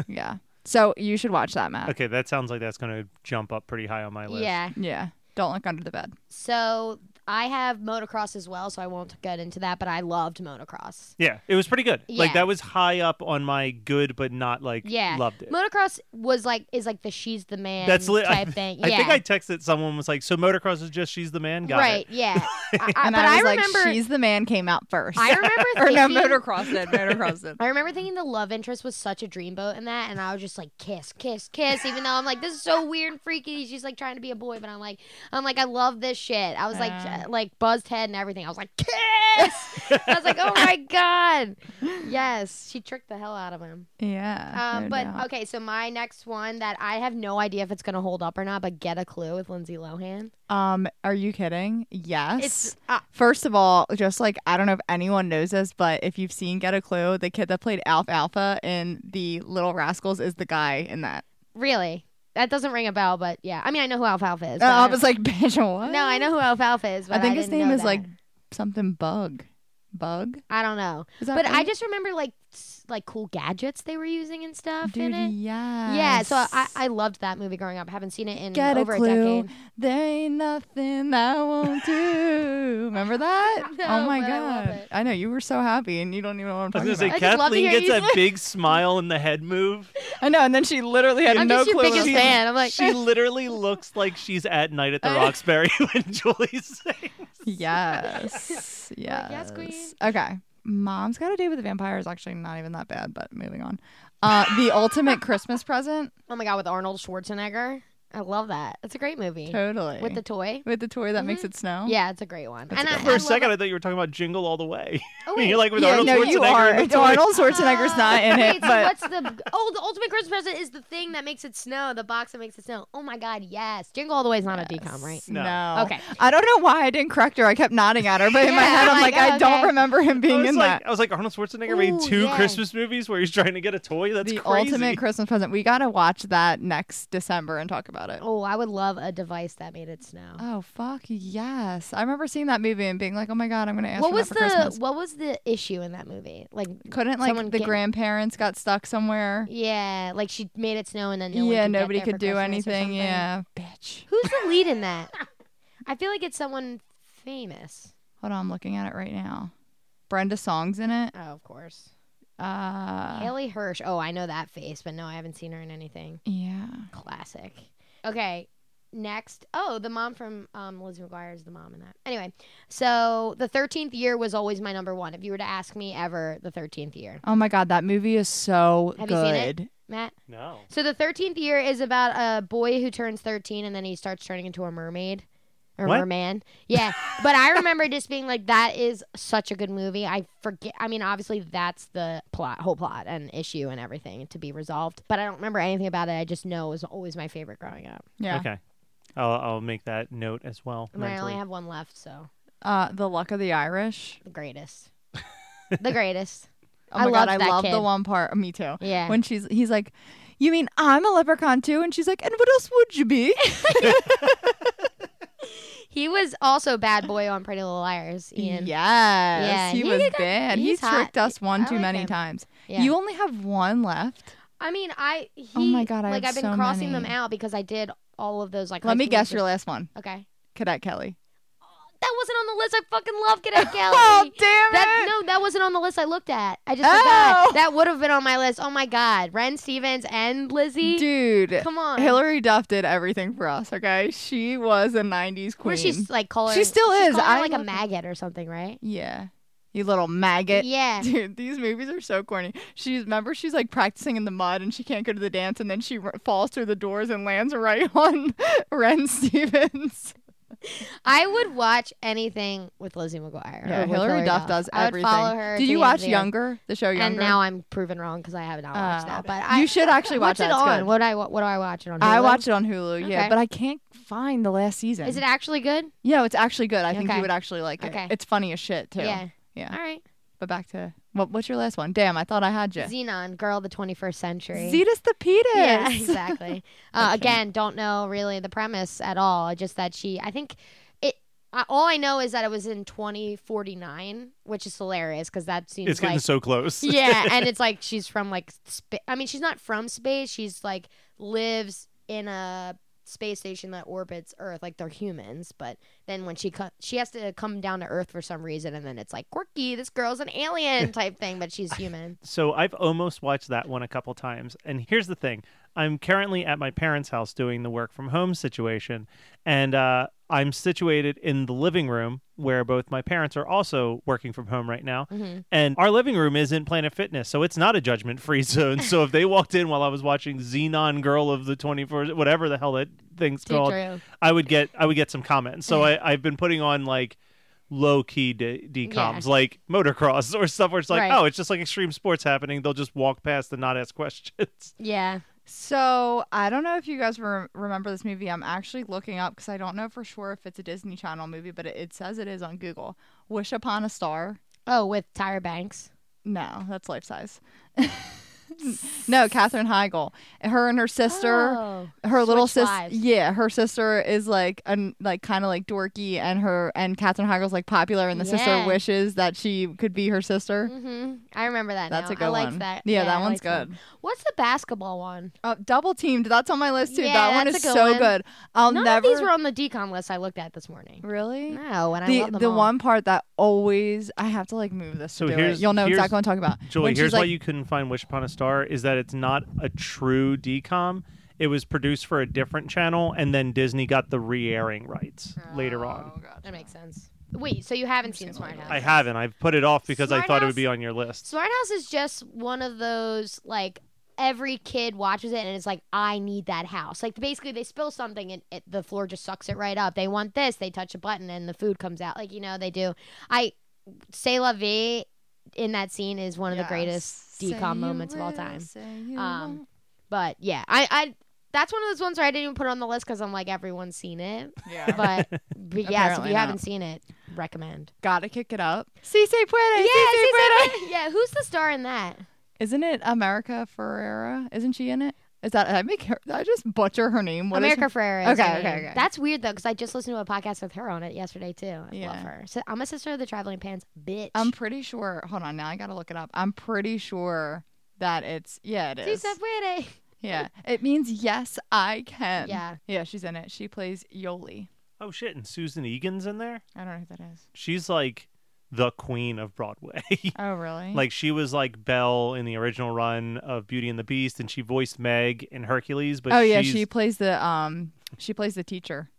yeah so you should watch that matt Okay, that sounds like that's going to jump up pretty high on my list. Yeah. yeah don't look under the bed So I have motocross as well, so I won't get into that, but I loved motocross. Yeah, it was pretty good. Like Yeah. that was high up on my good, but not like Yeah. loved it. Motocross was like is like the she's the man That's li- type I, thing. I yeah. think I texted someone was like, "So motocross is just she's the man." Got right, It. yeah. I, I, and but i was remember like she's the man came out first I remember or thinking no motocross did motocross did I remember thinking the love interest was such a dreamboat in that, and I was just like, kiss, kiss, kiss, even though I'm like, this is so weird and freaky. She's like trying to be a boy, but I'm like, I'm like, I love this shit. I was like, Yeah. j- like buzzed head and everything. I was like, kiss. I was like, oh my god, yes, she tricked the hell out of him. yeah Um, no but doubt. okay, so my next one that I have no idea if it's gonna hold up or not, but get a clue with Lindsay Lohan. um are you kidding yes It's uh, First of all, just like I don't know if anyone knows this, but if you've seen Get a Clue, the kid that played Alf Alpha in the Little Rascals is the guy in that. really that doesn't ring a bell, but yeah, I mean, I know who Alfalfa Uh, is. but I I don't- was like, bitch, what? no, I know who Alfalfa is. But I think his didn't name know is that. like something Bug. Bug? I don't know. Is that But I right? just remember like s- like cool gadgets they were using and stuff Dude, in it. yes. Yeah, so I, I loved that movie growing up. Haven't seen it in Get over a a, clue. decade. there ain't nothing I won't do. Remember that? No, oh my but I love god! it. I know you were so happy, and you don't even know what I'm I was talking about. gonna say I just love to Kathleen hear gets you that say- big smile and the head move. I know, and then she literally had I'm no just your clue. biggest what- fan. I'm like Uh. She literally looks like she's at night at the I- Roxbury when Julie's singing. Yes. yes. yes, queen. Okay. Mom's Got a Date with a Vampire is actually not even that bad, but moving on. Uh, the Ultimate Christmas Present. oh my god with Arnold Schwarzenegger. I love that. It's a great movie Totally. with the toy. With the toy that makes it snow. Yeah, it's a great one. That's and a I, good For I a love second, it- I thought you were talking about Jingle All the Way. Oh, You're like with Yeah, Arnold no, Schwarzenegger. you are. and the toy. Arnold Schwarzenegger's not in Wait, it, so but what's the oh the ultimate Christmas present is the thing that makes it snow, the box that makes it snow. Oh my god, yes! Jingle all the way is not a decom, right? No. No. Okay. I don't know why I didn't correct her. I kept nodding at her, but in my Yeah, head, I'm I'm like, like, "Oh, I don't okay. remember him I being was, in like, that. I was like, Arnold Schwarzenegger made Ooh, Oh, two yeah. Christmas movies where he's trying to get a toy. That's the crazy. Ultimate Christmas Present. We got to watch that next December and talk about it. Oh, I would love a device that made it snow. Oh, fuck yes. I remember seeing that movie and being like, oh my God, I'm going to ask what for was that the for Christmas. what was the issue in that movie? Like, couldn't like Someone the get- grandparents got stuck somewhere. yeah, like she made it snow and then no one yeah, could get nobody there could for do Christmas or anything. something. Yeah, bitch. who's the lead in that? I feel like it's someone famous. Hold on, I'm looking at it right now. Brenda Song's in it. Oh, of course, Uh, Haley Hirsch. Oh, I know that face, but no, I haven't seen her in anything. yeah. Classic. Okay. Next, oh, the mom from um, Lizzie McGuire is the mom in that. Anyway, so the thirteenth year was always my number one. If you were to ask me ever, the thirteenth year, Oh my god, that movie is so Have you seen it? good. Matt. No. So the thirteenth year is about a boy who turns thirteen and then he starts turning into a mermaid or What? merman. Yeah, but I remember just being like, that is such a good movie. I forget. I mean, obviously that's the plot, whole plot and issue and everything to be resolved. But I don't remember anything about it. I just know it was always my favorite growing up. Yeah. Okay. I'll, I'll make that note as well. And I mentally. only have one left, so Uh, The Luck of the Irish. the greatest, the greatest. Oh I my god, loved I that love kid. the one part. Me too. Yeah. When she's he's like, "You mean I'm a leprechaun too?" And she's like, "And what else would you be?" he was also bad boy on Pretty Little Liars. yes. Ian. Yeah, he, he was got- bad. he's he tricked hot. us one I too like many him. times. Yeah. You only have one left. I mean, I he, Oh my God, I like have I've been so crossing them many. out because I did all of those like. high Let me school guess your last music- one. Okay, Cadet Kelly. that wasn't on the list. I fucking love Cadet Kelly. Oh damn that it! no, that wasn't on the list I looked at. I just Oh. forgot. That would have been on my list. Oh my god, Ren Stevens and Lizzie. Dude, Come on, Hillary Duff did everything for us. Okay, she was a '90s queen. Where she's like calling. She still is. she's calling her, I like a love her. maggot or something, right? yeah, you little maggot. Yeah. Dude, these movies are so corny. She's remember she's like practicing in the mud and she can't go to the dance, and then she r- falls through the doors and lands right on Ren Stevens. I would watch anything with Lizzie McGuire. Yeah, or with Hillary, Duff does I would everything. follow her. Did to you the watch end of the earth. Younger? The show Younger. And now I'm proven wrong because I have not watched Oh. that. But I, you should actually watch what's that. it It's on? good. What do I what do I watch it on? I Hulu? watched it on Hulu. Yeah, Okay. but I can't find the last season. Is it actually good? Yeah, it's actually good. I think Okay. you would actually like it. Okay. It's funny as shit too. Yeah. Yeah. All right. But back to what, what's your last one? Damn, I thought I had you. Xenon, girl of the 21st century. Zetus the Petus. Yeah, exactly. uh, Okay. Again, don't know really the premise at all. Just that she, I think it. I all I know is that it was in 2049, which is hilarious because that seems It's getting like so close. yeah, and it's like she's from like spa- I mean, she's not from space. She's like lives in a space station that orbits Earth. Like they're humans, but then when she co- she has to come down to Earth for some reason, and then it's like quirky. This girl's an alien type thing, but she's human. So I've almost watched that one a couple times. And here's the thing I'm currently at my parents' house doing the work from home situation. And uh, I'm situated in the living room where both my parents are also working from home right now. Mm-hmm. And our living room is in Planet Fitness. So it's not a judgment free zone. so if they walked in while I was watching Xenon Girl of the 24, whatever the hell that thing's Too called, true. I would get I would get some comments. So I, I've been putting on like low key de- decoms, like motocross or stuff where it's like, Right. oh, it's just like extreme sports happening. They'll just walk past and not ask questions. Yeah. So I don't know if you guys re- remember this movie. I'm actually looking up because I don't know for sure if it's a Disney Channel movie, but it, it says it is on Google. Wish Upon a Star. Oh, with Tyra Banks. No, that's life size. no, Katherine Heigl. Her and her sister. Oh. her little Switch sister lives. yeah her sister is like an like kind of like dorky and her and Katherine Heigl's like popular and the sister Yeah. wishes that she could be her sister hmm I remember that. that's now. a good I one liked that. yeah, that I one's liked that. good What's the basketball one? uh, double teamed that's on my list too Yeah, that one that's is a good so one. good I'll None never of these were on the decom list I looked at this morning. really No, and I the love them the all. one part that always I have to like move this So to do it. here's- you'll know here's- exactly what I'm talking about Julie, When she's here's why like- you couldn't find Wish Upon a Star is that it's not a true decom. It was produced for a different channel, and then Disney got the re-airing rights Oh. later on. That makes sense. Wait, so you haven't seen gonna Smart look House? it I haven't. I've put it off because I Smart thought it House- would be on your list. Smart House is just one of those like every kid watches it and it's like I need that house. Like basically they spill something and it, the floor just sucks it right up. They want this. They touch a button and the food comes out. Like you know they do. I say la vie in that scene is one of the greatest decom moments of all time. Um, But yeah, I I that's one of those ones where I didn't even put it on the list because I'm like everyone's seen it. yeah. But, but yes, if Apparently you not. haven't seen it, recommend. Gotta kick it up. Si se puede. Yeah, si se puede. yeah. Who's the star in that? Isn't it America Ferrera? Isn't she in it? Is that I make her? did I just butcher her name. What is America Ferrera. is Okay, her okay, name. okay. That's weird though, because I just listened to a podcast with her on it yesterday too. I love Yeah. her. So I'm a sister of the traveling pants, bitch. her? I'm pretty sure. Hold on, now I gotta look it up. I'm pretty sure that it's yeah, it Si is. se puede. Yeah, it means yes, I can. Yeah. yeah, she's in it. She plays Yoli. Oh shit! And Susan Egan's in there. I don't know who that is. She's like the queen of Broadway. Oh really? Like she was like Belle in the original run of Beauty and the Beast, and she voiced Meg in Hercules. But oh yeah, she's, she plays the um, she plays the teacher.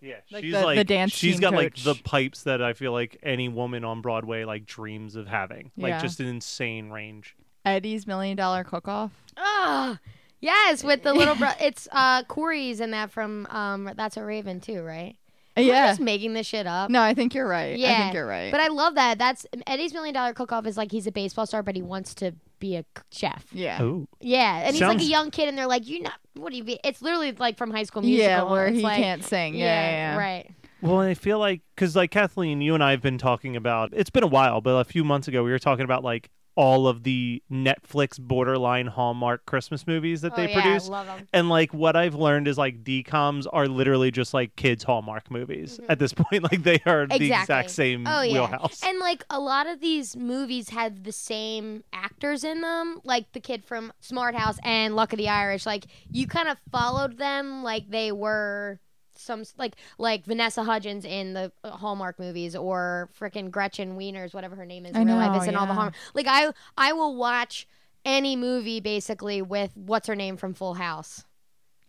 yeah, like she's the- like the dance She's team got like coach. the pipes that I feel like any woman on Broadway like dreams of having. Like Yeah. just an insane range. Eddie's Million Dollar Cook Off. Ah, yes, with the little bro. It's uh Corey's in that from um That's a Raven too, right? Am I Yeah. just making this shit up. No, I think you're right. I Yeah, think you're right. But I love that. That's Eddie's million dollar cook off is like he's a baseball star, but he wants to be a c- chef. yeah. Oh, Yeah, and he's like Sounds- a young kid, and they're like, "You're not. What do you be?" It's literally like from High School Musical. Yeah, where It's he like- can't sing. Yeah, yeah, yeah. right. Well, and I feel like because like Kathleen, you and I have been talking about. It's been a while, but a few months ago we were talking about like all of the Netflix borderline Hallmark Christmas movies that oh, they yeah, produce. love him. And like what I've learned is like DComs are literally just like kids Hallmark movies at this point. Like they are the Mm-hmm. Exactly. exact same Oh, yeah. wheelhouse. And like a lot of these movies have the same actors in them, like the kid from Smart House and Luck of the Irish. Like you kind of followed them, like they were some like like Vanessa Hudgens in the uh, Hallmark movies, or frickin' Gretchen Wieners, whatever her name is in I real life, know, is in all the yeah. Hallmark. Like I I will watch any movie basically with what's her name from Full House.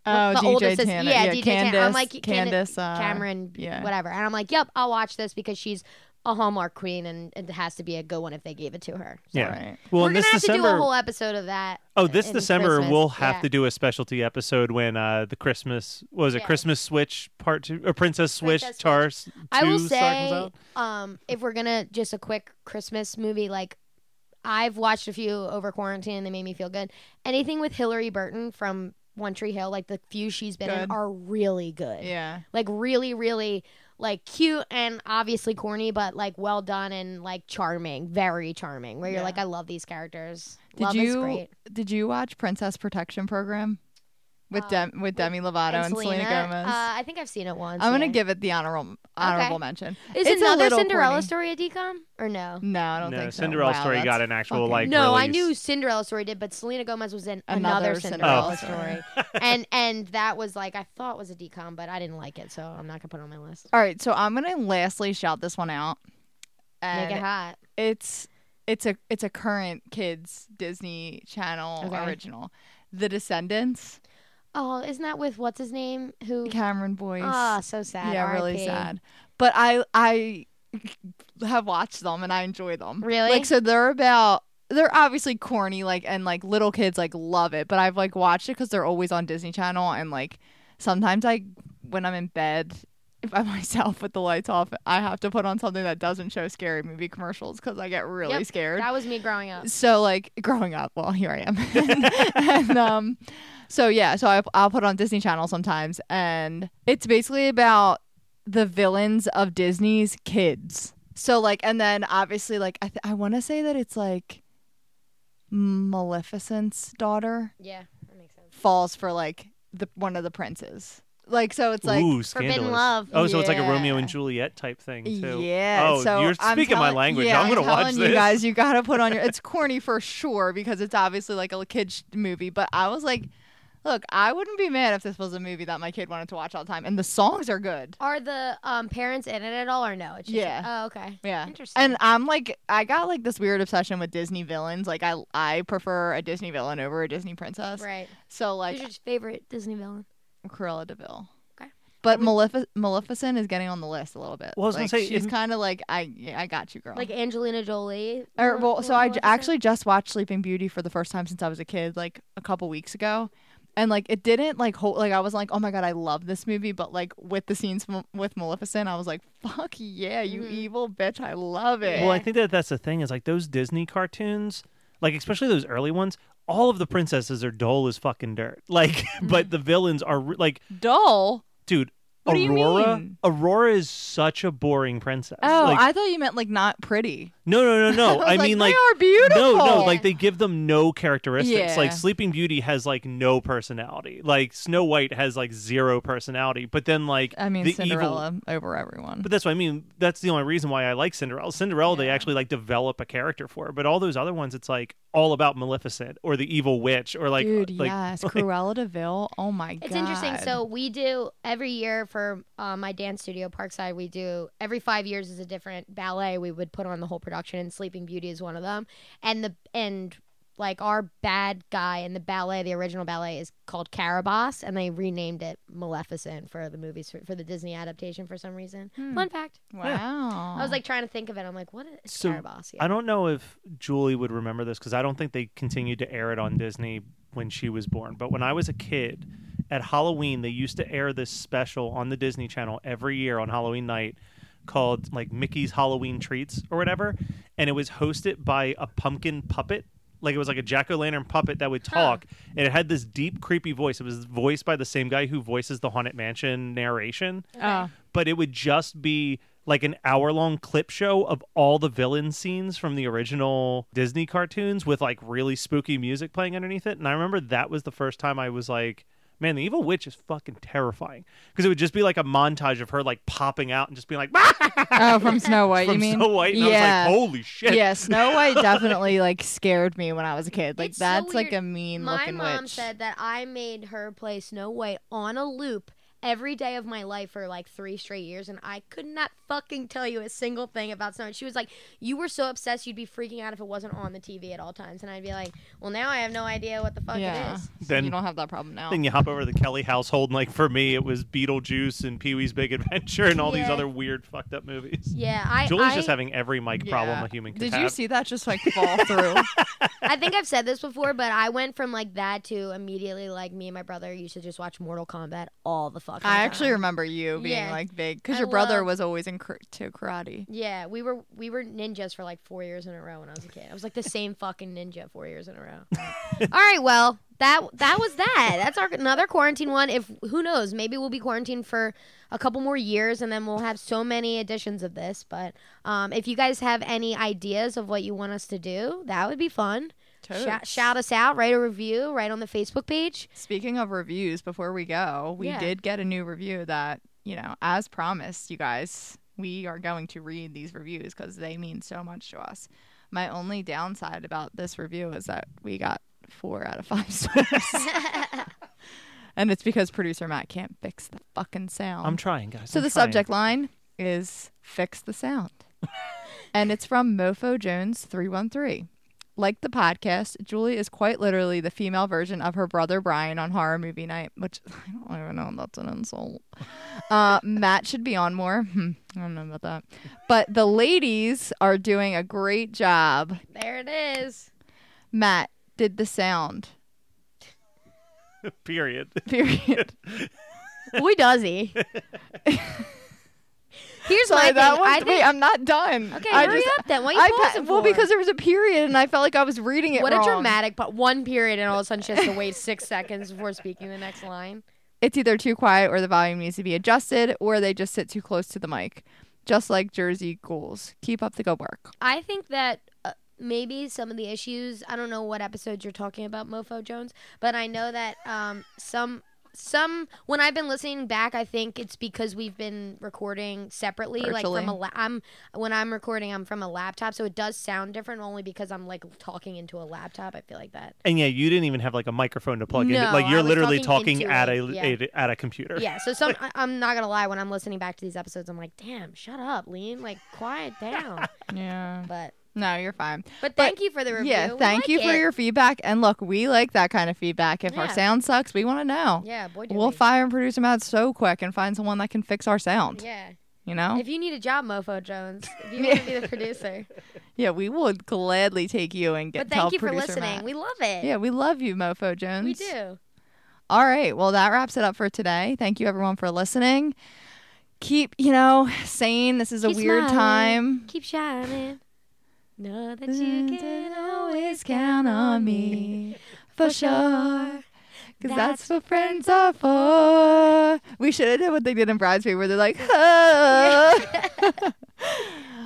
Oh, the DJ older sis- Tana. yeah, DJ Tana. I'm Candace, like, can it- Candace, uh, Cameron, yeah. whatever. And I'm like, yep, I'll watch this because she's a Hallmark queen and it has to be a good one if they gave it to her. So yeah. Right. Well, We're gonna and this have December. to do a whole episode of that. oh, this in December Christmas. we'll have Yeah. to do a specialty episode when uh the Christmas what was it Yeah. Christmas Switch Part Two or Princess Switch Princess Tar Two I will star comes say, out. um, if we're gonna just a quick Christmas movie, like I've watched a few over quarantine and they made me feel good. Anything with Hillary Burton from One Tree Hill, like the few she's been in, Good. are really good. Yeah. like really really like cute and obviously corny, but like well done and like charming, very charming. Where you're Yeah. like, I love these characters. Did love is you great. did you watch Princess Protection Program with Uh, Dem- with Demi Lovato and, Selena, Gomez? Uh, I think I've seen it once. I'm gonna yeah. give it the honorable honorable mention. Is it's a another little Cinderella corny. story a decom or no? No, I don't no, think so. Cinderella Wow, story that's got an actual fucking- like. No, I release. knew Cinderella story did, but Selena Gomez was in Another another, Cinderella Cinderella, story. Oh. story, and and that was like I thought was a decom, but I didn't like it, so I'm not gonna put it on my list. All right, so I'm gonna lastly shout this one out, Make it and hot. it's it's a it's a current kids Disney Channel Okay. original, The Descendants, Oh, isn't that with what's his name? Who? Cameron Boyce. Ah, so sad. yeah, really R.I.P.. sad. But I I have watched them and I enjoy them. Really? Like so they're about they're obviously corny like and like little kids like love it, but I've like watched it cuz they're always on Disney Channel and like sometimes I when I'm in bed by myself with the lights off, I have to put on something that doesn't show scary movie commercials cuz I get really Yep, scared. That was me growing up. So like growing up, well here I am, and um, so yeah, so I, I'll put it on Disney Channel sometimes, and it's basically about the villains of Disney's kids. So like, and then obviously like I th- I want to say that it's like Maleficent's daughter Yeah, that makes sense. falls for like the one of the princes. Like so, it's like Ooh, scandalous. Love. Oh, so it's like a Romeo Yeah. and Juliet type thing too. Yeah. Oh, so you're I'm speaking my telling- language. Yeah, I'm gonna watch telling you this. guys. You gotta put on your. It's corny for sure because it's obviously like a kids movie. But I was like, look, I wouldn't be mad if this was a movie that my kid wanted to watch all the time, and the songs are good. Are the um, parents in it at all or no? It's just, Yeah. Oh, okay. Yeah. Interesting. And I'm like, I got like this weird obsession with Disney villains. Like, I I prefer a Disney villain over a Disney princess. right. So like Who's your favorite Disney villain? Cruella Deville. Okay. But Malefic- Maleficent is getting on the list a little bit. Well, I was gonna Like, say, she's it- kind of like I yeah, I got you, girl. Like Angelina Jolie. Or, What- well, what- so I what j- was her? actually just watched Sleeping Beauty for the first time since I was a kid, like a couple weeks ago, and like it didn't like hold. Like I was like, oh my god, I love this movie, but like with the scenes from, with Maleficent, I was like, fuck yeah, you Mhm. evil bitch, I love it. Well, I think that that's the thing is like those Disney cartoons, like especially those early ones. All of the princesses are dull as fucking dirt. Like, but the villains are re- like, Dull. dude, Mm-hmm. What do you Aurora. mean? Aurora is such a boring princess. Oh, like, I thought you meant like not pretty. no, I, no, no, no. was I mean, like, they are beautiful. no, no. Yeah. Like they give them no characteristics. Yeah. Like Sleeping Beauty has like no personality. Like Snow White has like zero personality. But then like I mean the evil Cinderella over everyone. But that's what I mean. That's the only reason why I like Cinderella. Cinderella, they Yeah. actually like develop a character for. But all those other ones, it's like all about Maleficent or the evil witch or like uh, Dude, like yes, Cruella Deville. Oh my god, It's interesting. So we do every year for uh, my dance studio, Parkside. We do every five years is a different ballet. We would put on the whole production, and Sleeping Beauty is one of them. And the and like our bad guy in the ballet, the original ballet is called Carabas, and they renamed it Maleficent for the movies for, for the Disney adaptation for some reason. Fun fact. wow. I was like trying to think of it. I'm like, what is So, Carabas? Yeah. I don't know if Julie would remember this because I don't think they continued to air it on Disney when she was born. But when I was a kid, at Halloween, they used to air this special on the Disney Channel every year on Halloween night called like Mickey's Halloween Treats or whatever. And it was hosted by a pumpkin puppet. Like it was like a jack o' lantern puppet that would talk, and it had this deep, creepy voice. It was voiced by the same guy who voices the Haunted Mansion narration oh. but it would just be like an hour long clip show of all the villain scenes from the original Disney cartoons with like really spooky music playing underneath it. And I remember that was the first time I was like, man, the evil witch is fucking terrifying. Because it would just be like a montage of her like popping out and just being like, "Ah!" oh, from Snow White. from you mean Snow White. And yeah. I was like, holy shit. Yeah, Snow White definitely like scared me when I was a kid. Like It's so that's like weird. a mean My looking mom witch. said that I made her play Snow White on a loop every day of my life for like three straight years, and I could not fucking tell you a single thing about Snow White. She was like, "You were so obsessed, you'd be freaking out if it wasn't on the TV at all times," and I'd be like, "Well, now I have no idea what the fuck yeah. it is." So Then- you don't have that problem now. Then you hop over to the Kelly household, and like for me, it was Beetlejuice and Pee Wee's Big Adventure and all these Yeah. other weird, fucked up movies. Yeah, I Julie's I, just having every mic problem Yeah. a human can Did have. you see that just like fall through? I think I've said this before, but I went from like that to immediately like me and my brother used to just watch Mortal Kombat all the fucking. I actually time. remember you being Yeah. like big because I your brother love- was always in kar- to karate. Yeah, we were we were ninjas for like four years in a row when I was a kid. I was like the same fucking ninja four years in a row. All right, well that that was that. That's our another quarantine one. If who knows, maybe we'll be quarantined for a couple more years, and then we'll have so many editions of this. But um, if you guys have any ideas of what you want us to do, that would be fun. Shout, Totes. shout us out, write a review, right on the Facebook page. Speaking of reviews, before we go, we Yeah. did get a new review that, you know, as promised, you guys, we are going to read these reviews because they mean so much to us. My only downside about this review is that we got four out of five stars. and it's because producer Matt can't fix the fucking sound. I'm trying, guys. so I'm the trying. subject line is Fix the Sound. and it's from Mofo Jones 313. Like the podcast, Julie is quite literally the female version of her brother Brian on horror movie night, which I don't even know if that's an insult. Uh, Matt should be on more. Hmm, I don't know about that. But the ladies are doing a great job. There it is. Matt did the sound. Period. Period. Boy, does he. Here's my Sorry, thing. that one. I wait, think, I'm not done. okay, I hurry just, up then. What are you I pa- pausing well, for? because there was a period, and I felt like I was reading it What wrong. a dramatic but one period and all of a sudden she has to wait six seconds before speaking the next line. it's either too quiet or the volume needs to be adjusted or they just sit too close to the mic. Just like Jersey ghouls. Keep up the good work. I think that uh, maybe some of the issues, I don't know what episodes you're talking about, Mofo Jones, but I know that um, some some when I've been listening back, I think it's because we've been recording separately. Like Virtually. from a la- I'm when I'm recording, I'm from a laptop, so it does sound different only because I'm like talking into a laptop. I feel like that. And yeah, you didn't even have like a microphone to plug in. No, Like I you're was literally talking talking, at a, into it, a- at a computer. Yeah, so some I, I'm not gonna lie. When I'm listening back to these episodes, I'm like, "Damn, shut up, Lean! Like, quiet down." Yeah. But No, you're fine. but thank you for the review. Yeah, We thank like you for it. your feedback. And look, we like that kind of feedback. If our Yeah. sound sucks, we want to know. yeah, boy. Do We'll we. fire and produce them out so quick and find someone that can fix our sound. yeah. You know? If you need a job, Mofo Jones, if you want to be the producer. yeah, we would gladly take you and get but thank tell you for producer listening. Matt. We love it. yeah, we love you, Mofo Jones. we do. All right. Well, that wraps it up for today. Thank you, everyone, for listening. Keep, you know, saying this is a Keep weird smiling. time. Mm, Keep shining. Know that you can always count on me for sure. Because that's That's what friends are for. We should have done what they did in Bridesmaid, where they're like, oh. I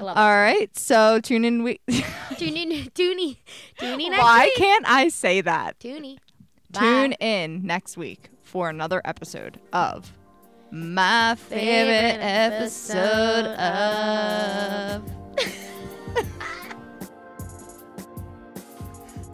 love All right. So tune in. We- it. Tune in, tune in, tune in next Why week. can't I say that? Tune in. Bye. Tune in next week for another episode of my favorite Favorite episode of. episode